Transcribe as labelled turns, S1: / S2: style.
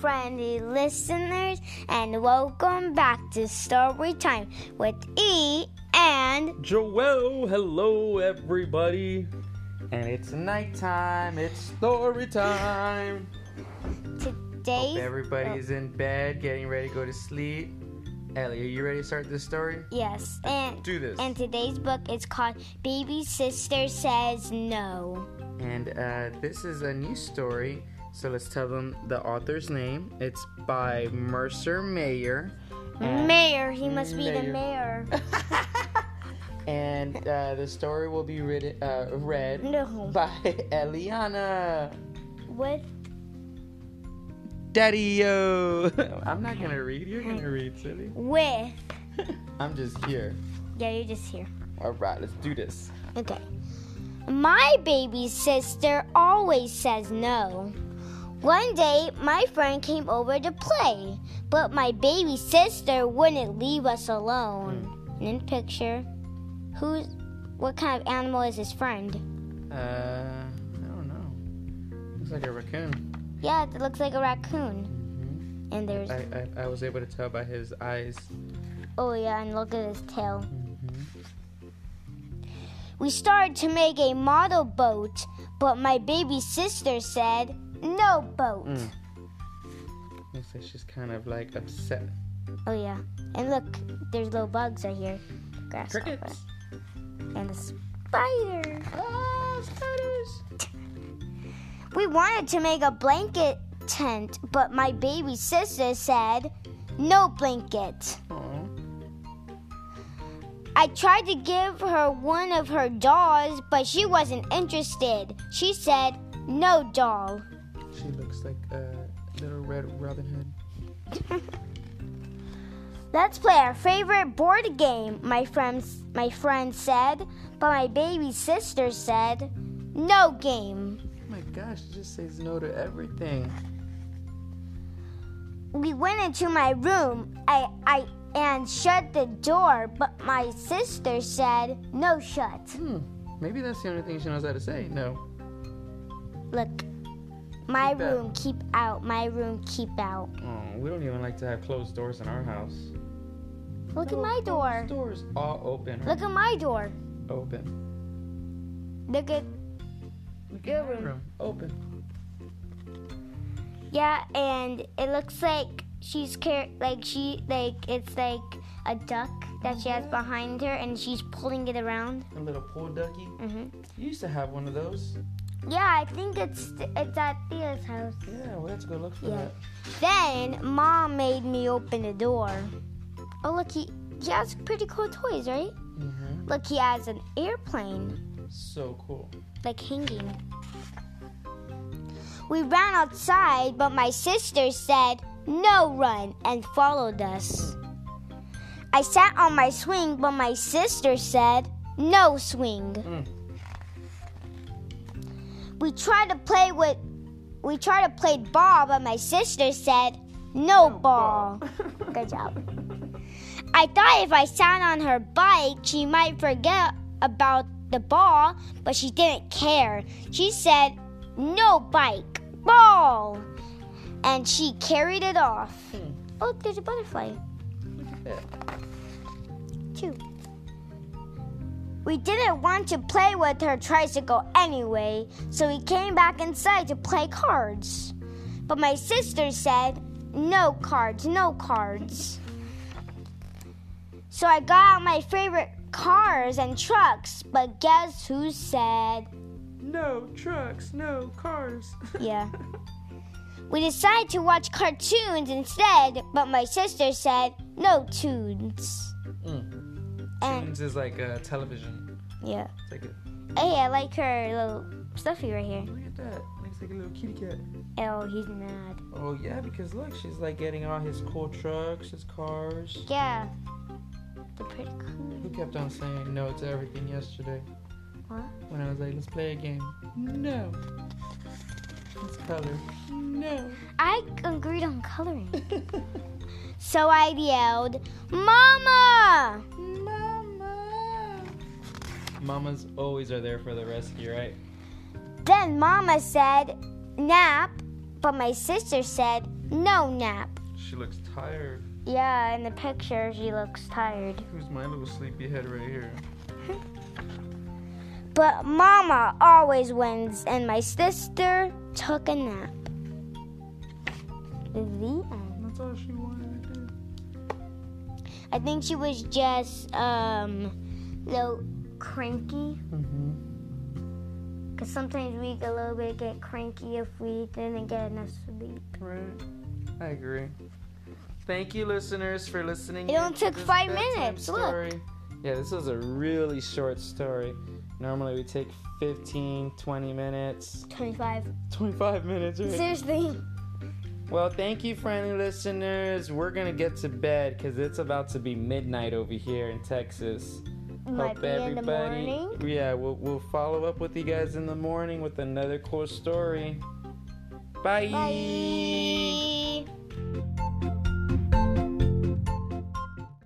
S1: friendly listeners, and welcome back to Story Time with E and
S2: Joel, hello everybody.
S3: And it's nighttime. It's story time.
S1: today.
S3: Hope
S1: Oh,
S3: everybody's in bed, getting ready to go to sleep. Ellie, are you ready to start this story?
S1: Yes, and
S3: Do this.
S1: and today's book is called Baby Sister Says No.
S3: And uh, this is a new story. So let's tell them the author's name. It's by Mercer Mayer. Mm.
S1: Mayor, he must be the mayor.
S3: And uh, the story will be written, uh, read
S1: No,
S3: by Eliana.
S1: with
S3: Daddy yo! I'm not gonna read. You're gonna read, silly.
S1: with.
S3: I'm just here.
S1: Yeah, you're just here.
S3: Alright, let's do this.
S1: Okay. My baby sister always says no. One day, my friend came over to play, but my baby sister wouldn't leave us alone. And in picture, who's what kind of animal is his friend?
S3: Uh, I don't know. Looks like a raccoon.
S1: Yeah, it looks like a raccoon.
S3: Mm-hmm.
S1: And there's
S3: I, I, I was able to tell by his eyes.
S1: Oh, yeah, and look at his tail.
S3: Mm-hmm.
S1: We started to make a model boat, but my baby sister said, No boat.
S3: Mm. Looks like she's kind of like upset.
S1: Oh, yeah. And look, there's little bugs right here grasshopper.
S3: Crickets.
S1: And a spider.
S3: Ah, spiders.
S1: We wanted to make a blanket tent, but my baby sister said, No blanket.
S3: Aw.
S1: I tried to give her one of her dolls, but she wasn't interested. She said, No doll.
S3: She looks like a little red Robin Hood.
S1: Let's play our favorite board game, my friends my friend said, but my baby sister said, No game.
S3: Oh my gosh, she just says no to everything.
S1: We went into my room I, I and shut the door, but my sister said, No shut.
S3: Hmm. Maybe that's the only thing she knows how to say. No.
S1: Look. My
S3: Keep out.
S1: room keep out. My room keep out.
S3: Oh, we don't even like to have closed doors in our house.
S1: Look at my
S3: Closed
S1: door.
S3: Doors all open.
S1: Look at my door.
S3: Open.
S1: Look at
S3: Look
S1: Your
S3: my
S1: room.
S3: Open.
S1: Yeah, and it looks like she's car- like she like it's like a duck that she has behind her, and she's pulling it around.
S3: A little pool ducky.
S1: hmm
S3: You used to have one of those.
S1: Yeah, I think it's it's at Thea's house.
S3: Yeah, we'll have to go look for
S1: Yeah. Then mom made me open the door. Oh look, he he has pretty cool toys, right?
S3: that. hmm
S1: Look, he has an airplane
S3: So cool.
S1: like hanging. We ran outside, but my sister said, No run, and followed us. I sat on my swing, but my sister said, No swing.
S3: Mm.
S1: We tried to play with. We tried to play ball, but my sister said, No, ball. Good job. I thought if I sat on her bike, she might forget about the ball, but she didn't care. She said, No bike, ball. And she carried it off.
S3: Hmm.
S1: Oh, there's a butterfly.
S3: Yeah.
S1: Two. We didn't want to play with her tricycle anyway, so we came back inside to play cards. But my sister said, No cards, no cards. So I got out my favorite cars and trucks, but guess who said,
S3: No trucks, no cars.
S1: Yeah. We decided to watch cartoons instead, but my sister said, No tunes.
S3: Mm.
S1: And
S3: Tunes is like uh, television.
S1: yeah.
S3: It's like a,
S1: Hey, I like her little stuffy right here.
S3: look at that. Looks like a little kitty cat.
S1: Oh, he's mad.
S3: Oh yeah, because look, she's like getting all his cool trucks, his cars.
S1: Yeah. They're pretty cool.
S3: Who kept on saying no to everything yesterday?
S1: What?
S3: When I was like, let's play a game. No. Let's color. No.
S1: I agreed on coloring. so I yelled, Mama!
S3: Mama. Mamas always are there for the rescue, right?
S1: Then Mama said, Nap. But my sister said, No nap.
S2: She looks tired.
S1: Yeah, in the picture, she looks tired.
S2: Here's my little sleepy head right here.
S1: But Mama always wins, and my sister took a nap. The end.
S2: That's all she wanted to do.
S1: I think she was just um, a little cranky.
S2: Mm-hmm.
S1: Cause sometimes we a little bit get cranky if we didn't get enough sleep.
S3: Right. I agree. Thank you, listeners, for listening.
S1: It
S3: in
S1: only
S3: to
S1: took
S3: this
S1: five
S3: bedtime
S1: minutes, look.
S3: story. Yeah, this was a really short story. Normally we take 15, 20 minutes,
S1: 25.
S3: 25 minutes. Right?
S1: Seriously.
S3: Well, thank you, friendly listeners. We're gonna get to bed because it's about to be midnight over here in Texas.
S1: Might be in the morning.
S3: Yeah, we'll, we'll follow up with you guys in the morning with another cool story. Bye.
S1: Bye.